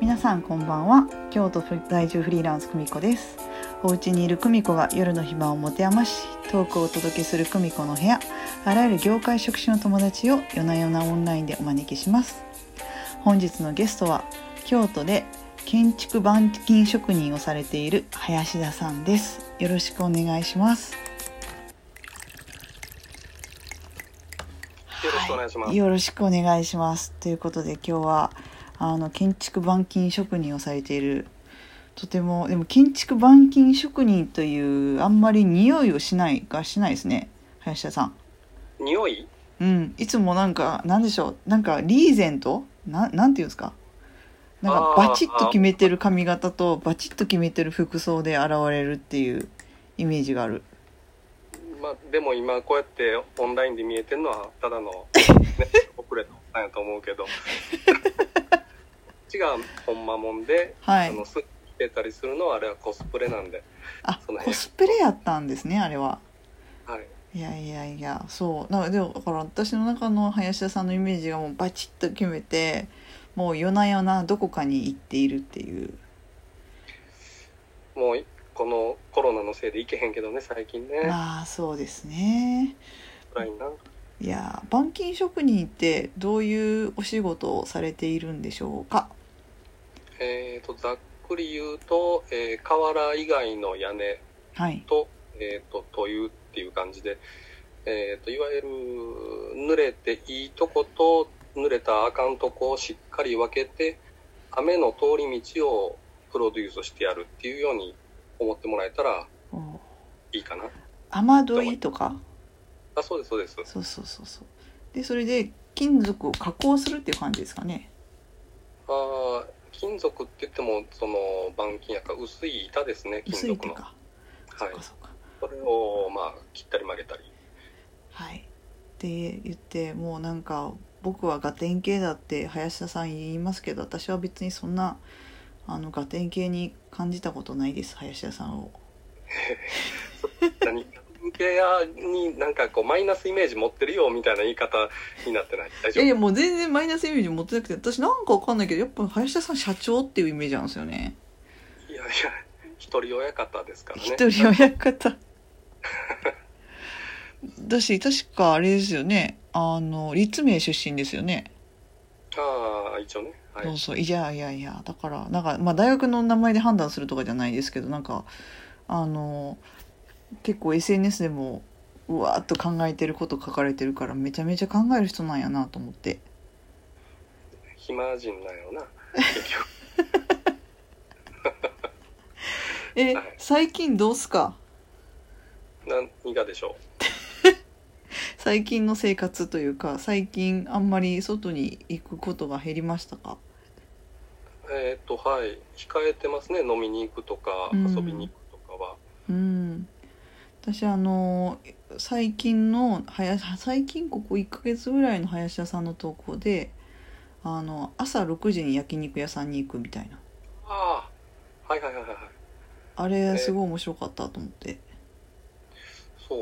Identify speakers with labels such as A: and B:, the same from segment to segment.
A: 皆さんこんばんは京都在住フリーランス久美子ですお家にいる久美子が夜の暇を持て余しトークをお届けする久美子の部屋あらゆる業界職種の友達を夜な夜なオンラインでお招きします本日のゲストは京都で建築板金職人をされている林田さんですよろしくお願いします
B: よろしくお願いします。
A: よろしくお願いします。ということで今日はあの建築板金職人をされているとてもでも建築板金職人というあんまり匂いをしないがしないですね林田さん。
B: 匂い
A: うん、いつもなんかなんでしょうなんかリーゼントななんていうんですかなんか
B: あー
A: バチッと決めてる髪型とバチッと決めてる服装で現れるっていうイメージがある。
B: まあ、でも今こうやってオンラインで見えてるのはた だの、ね、遅れたんやと思うけど。こっちがほんまもんで、
A: は
B: あ
A: い
B: の、。すってたりするのはあれはコスプレなんで。
A: あ
B: その辺
A: コスプレやったんですねあれは。
B: はい。
A: いやいやいやそうなでもだから私の中の林田さんのイメージがもうバチッと決めてもう夜な夜などこかに行っているっていう
B: もう、このコロナのせいで行けへんけどね、最近ね。
A: まあそうですね
B: 辛いな。
A: いやー板金職人ってどういうお仕事をされているんでしょうか
B: えーと、ざっくり言うと、えー瓦以外の屋根
A: はい
B: と、えっ、と、というっていう感じで、えっ、と、いわゆる、濡れていいとこと、濡れたあかんとこをしっかり分けて、雨の通り道をプロデュースしてやるっていうように思ってもらえたら
A: お
B: いいかな。
A: 雨どいとか
B: あ、そうです、そうです。
A: そうそうそうそうでそれで金属を加工するっていう感じですかね
B: あー金属って言っても、その、板金やから薄い板ですね、
A: 薄
B: 金
A: い
B: 属
A: と
B: の。は
A: かそう
B: い
A: か。そうか
B: それを、まあ、切ったり曲げたり。
A: はい、って言ってもうなんか僕はガテン系だって林田さん言いますけど私は別にそんなあのガテン系に感じたことないです林田さんを
B: 何部屋になんかこうマイナスイメージ持ってるよみたいな言い方になってない大
A: い
B: 丈
A: やい
B: 夫
A: やもう全然マイナスイメージ持ってなくて私なんかわかんないけどやっぱ林田さん社長っていうイメージなんですよね
B: いやいや一人親方ですからね
A: 一人親方だし確かあれですよねあの立命出身ですよね
B: ああ一応ねはい
A: そうそういやいやいやだからなんか、まあ、大学の名前で判断するとかじゃないですけどなんかあの結構 SNS でもうわーっと考えてること書かれてるからめちゃめちゃ考える人なんやなと思って
B: 暇人なんやろな結局
A: え
B: はい
A: 最近どうすか
B: 何がでしょ
A: 最近の生活というか最近あんまり外に行くことが減りましたか
B: うえーっとはい控えてますね飲みに行くとか
A: うん
B: 遊びに行くとかは、
A: うん私あの最近の林最近ここ1ヶ月ぐらいの林家さんの投稿であの朝6時に焼肉屋さんに行くみたいな
B: ああはいはいはいはいはい
A: あれすごい面白かったと思って、
B: そう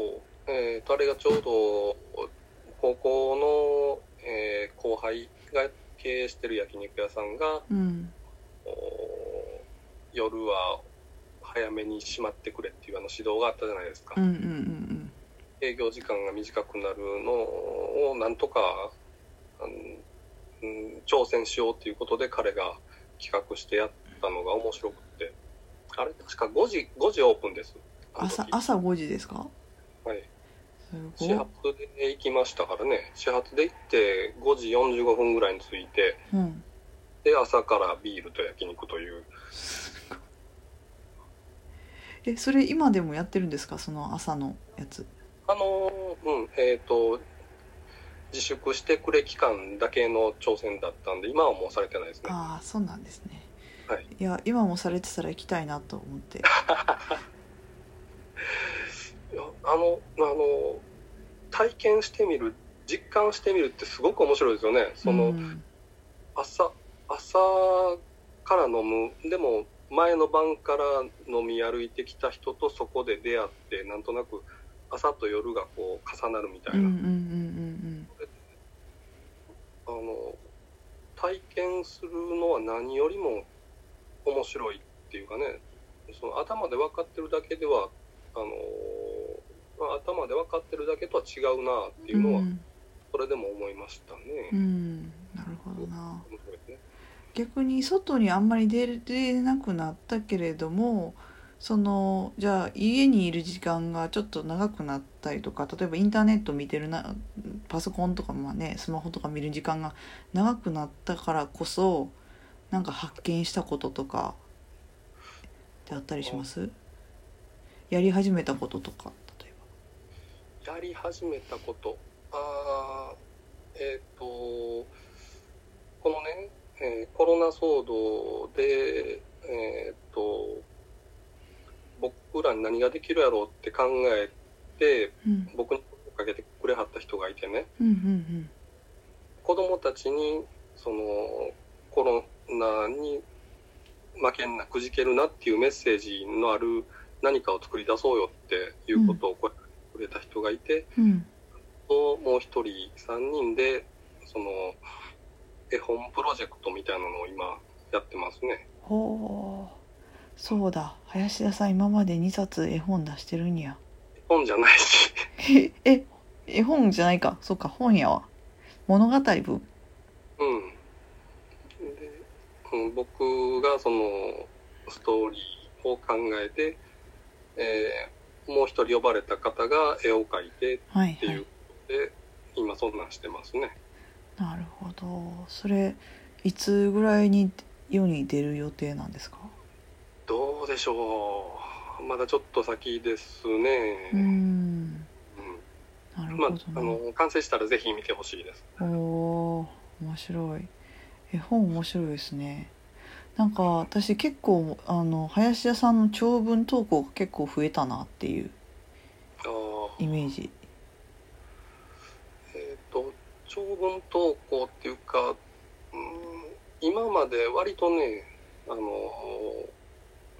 B: えーっとあれがちょうど高校の、えー後輩が経営してる焼肉屋さんが
A: うん
B: お夜は早めに閉まってくれっていうあの指導があったじゃないですか、
A: うんうんうん
B: 営業時間が短くなるのをなんとか、うんうん、挑戦しようっていうことで彼が企画してやったのが面白くてあれ確か5時5時オープンですあの時
A: 朝朝5時ですか
B: はい、
A: す
B: 始
A: ごい
B: 発、で行きましたからね始発で行って5時45分ぐらいに着いて
A: うん、
B: で朝からビールと焼肉という
A: えそれ今でもやってるんですかその朝のやつ
B: あのーうん、えっ、と、自粛してくれ期間だけの挑戦だったんで、今はもうされてないですね。
A: ああそうなんですね、
B: はい、
A: いや今もされてたら行きたいなと思って
B: いやあの、あの、体験してみる、実感してみるってすごく面白いですよね。その、
A: うん
B: 朝、朝から飲む、でも、前の晩から飲み歩いてきた人とそこで出会って、なんとなく朝と夜がこう重なるみたい
A: うんうん
B: な。
A: うんうんうん
B: あの体験するのは何よりも面白いっていうかねその頭で分かってるだけではあの、まあ頭で分かってるだけとは違うなっていうのは、
A: うん
B: それでも思いました
A: う
B: ね。
A: ん、なるほどな
B: 面白いですね
A: 逆に外にあんまり出る出れなくなったけれどもそのじゃあ家にいる時間がちょっと長くなったりとか例えばインターネット見てるなパソコンとかまあねスマホとか見る時間が長くなったからこそなんか発見したこととかってあったりしますやり始めたこととか例え
B: やり始めたことあーえっ、とこのね、えーコロナ騒動でえっ、と僕らに何ができるやろうって考えて
A: ば。うん
B: 僕に声をかけてくれはった人がいてね
A: うんうん
B: 子供たちにそのコロナに負けんなくじけるなっていうメッセージのある何かを作り出そうよっていうことを声をかけてくれた人がいて、
A: うんうん
B: ともう一人3人でその絵本プロジェクトみたいなのを今やってますね
A: ほうそうだ林田さん今まで2冊絵本出してるん や
B: 絵本じゃないし
A: ええ絵本じゃないかそうか本やわ物語文
B: うんでうん僕がそのストーリーを考えて、えーもう一人呼ばれた方が絵を描いてっ
A: はい
B: て
A: はいいう
B: ことで、今そんなんしてますね
A: なるほどそれいつぐらいに世に出る予定なんですか
B: どうでしょうまだちょっと先ですね、
A: うーん
B: うん
A: なる
B: まあ
A: ほ
B: あ
A: どね
B: の完成したらぜひ見てほしいです
A: おおー面白い絵本面白いですねなんか私結構あの林田さんの長文投稿が結構増えたなっていう
B: あー
A: イメージ
B: えっ、と長文投稿っていうか、うん、今まで割とねあの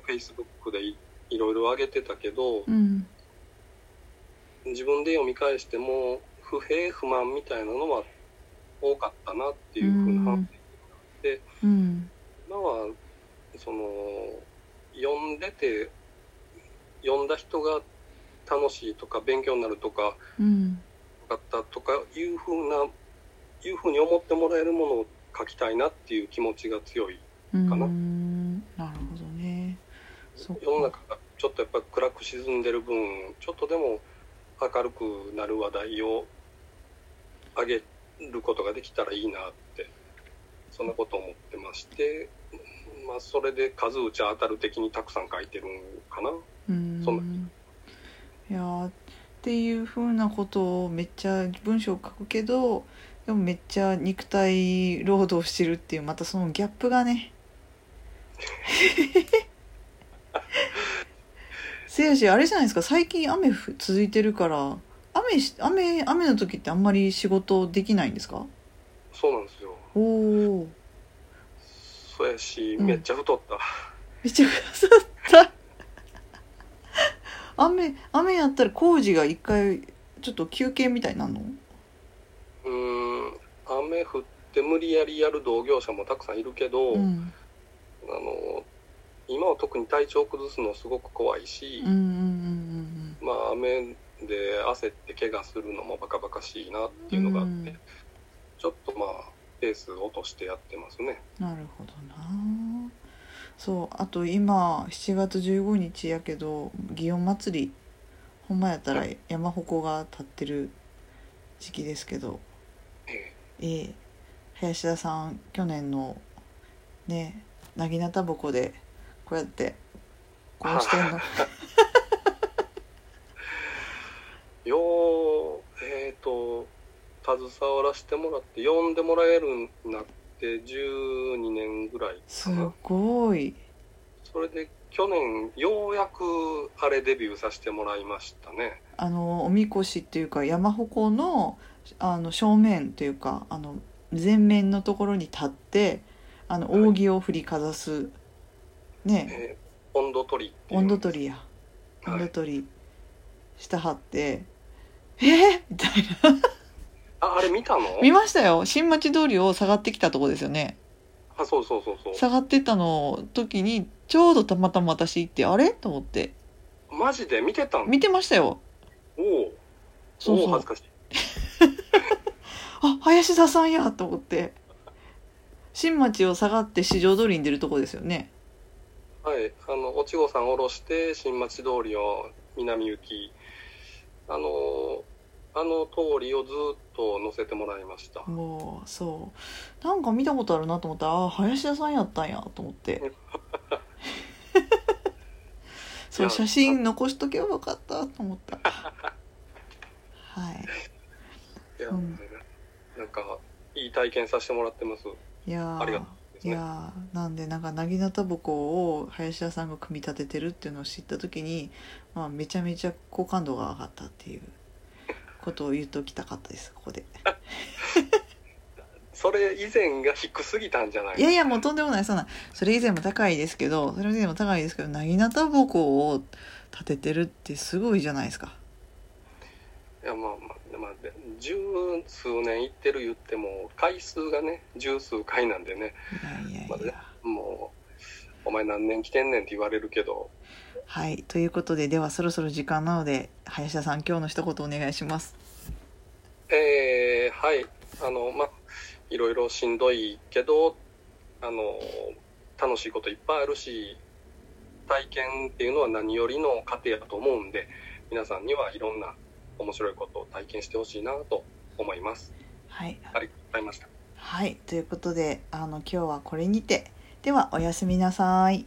B: Facebook でいいろいろ上げてたけど
A: うん
B: 自分で読み返しても不平不満みたいなのは多かったなっていうふ
A: う
B: うな
A: ん
B: 反省で
A: うん
B: 今はその読んでて読んだ人が楽しいとか勉強になるとか
A: うん
B: よかったとかいうふうないうふうに思ってもらえるものを書きたいなっていう気持ちが強い
A: うん
B: かな
A: なるほどねそっか
B: 世の中がちょっとやっぱ暗く沈んでる分ちょっとでも明るくなる話題を上げることができたらいいなってそんなことを思ってましてまあそれで数打ち当たる的にたくさん書いてるんかな
A: うん
B: その
A: いやーっていうふうなことをめっちゃ文章を書くけどでもめっちゃ肉体労働してるっていうまたそのギャップが ねせやしあれじゃないですか最近雨ふ続いてるから雨し雨雨の時ってあんまり仕事できないんですか
B: そうなんですよ
A: おお
B: そうやし
A: うん
B: めっちゃ太った、
A: めっちゃくさった雨雨やったら工事が一回ちょっと休憩みたいになるの
B: うーん雨降って無理やりやる同業者もたくさんいるけど、
A: うん
B: あの今は特に体調崩すのすごく怖いし
A: うんうんう、ん
B: まあ雨で汗って怪我するのもバカバカしいなっていうのがあって、
A: うん
B: ちょっとまあペースを落としてやってますね
A: うんなるほどなそうあと今7月15日やけど祇園祭りほんまやったら山鉾が立ってる時期ですけど
B: え
A: ええ林田さん去年のねなぎなたぼこでこうやってこうしてんの
B: えようえっ、と携わらせてもらって呼んでもらえるようになって12年ぐらい
A: すごい
B: それで去年ようやくあれデビューさせてもらいましたね
A: あのおみこしっていうか山鉾のあの正面というかあの前面のところに立ってあの
B: はい
A: 扇を振りかざす、ね
B: えー温度取りっていう
A: 温度取りや
B: はい
A: 温度取りしたはって「えーみたいな
B: あ、あれ見た の
A: 見ましたよ新町通りを下がってきたとこですよね
B: あ、そうそうそうそう。
A: 下がってったの時にちょうどたまたま私行ってあれと思って
B: マジで見てたの
A: 見てましたよ
B: おお。
A: そう
B: お
A: そ
B: お恥
A: う
B: ずかしい。
A: あ林田さんやと思って新町を下がって四条通りに出るとこですよね
B: はい、あの、おちごさん降ろして、新町通りを南行き、あの、あの通りをずっと乗せてもらいました。
A: もうそうなんか見たことあるなと思ったらあ林田さんやったんやと思って そう写真残しとけばよかったと思った はい
B: いや、
A: うん
B: なんか、いい体験させてもらってます。
A: いやー
B: ありがとうです
A: い
B: ね
A: やーなんでなんかなぎなたぼこを林田さんが組み立ててるっていうのを知った時に、まあ、めちゃめちゃ好感度が上がったっていうことを言っときたかったですここで
B: それ以前が低すぎたんじゃない
A: いやいやもうとんでもないそんなそれ以前も高いですけどそれ以前も高いですけどなぎなたぼこを立ててるってすごいじゃないですか
B: いやまあまあ、まあ、で十数年行ってる言っても、回数がね、十数回なんでね、
A: いやい
B: ま
A: や
B: あ
A: い
B: ね
A: や
B: もう、お前何年来てんねんって言われるけど、
A: はいということでではそろそろ時間なので林田さん今日の一言お願いします
B: えーはい、あの、まあ、いろいろしんどいけど、あの、楽しいこといっぱいあるし、体験っていうのは何よりの糧やと思うんで、皆さんにはいろんな面白いことを体験してほしいなと思います。
A: はい
B: ありがとうございました。
A: はい、ということで、あの今日はこれにて。ではおやすみなさい。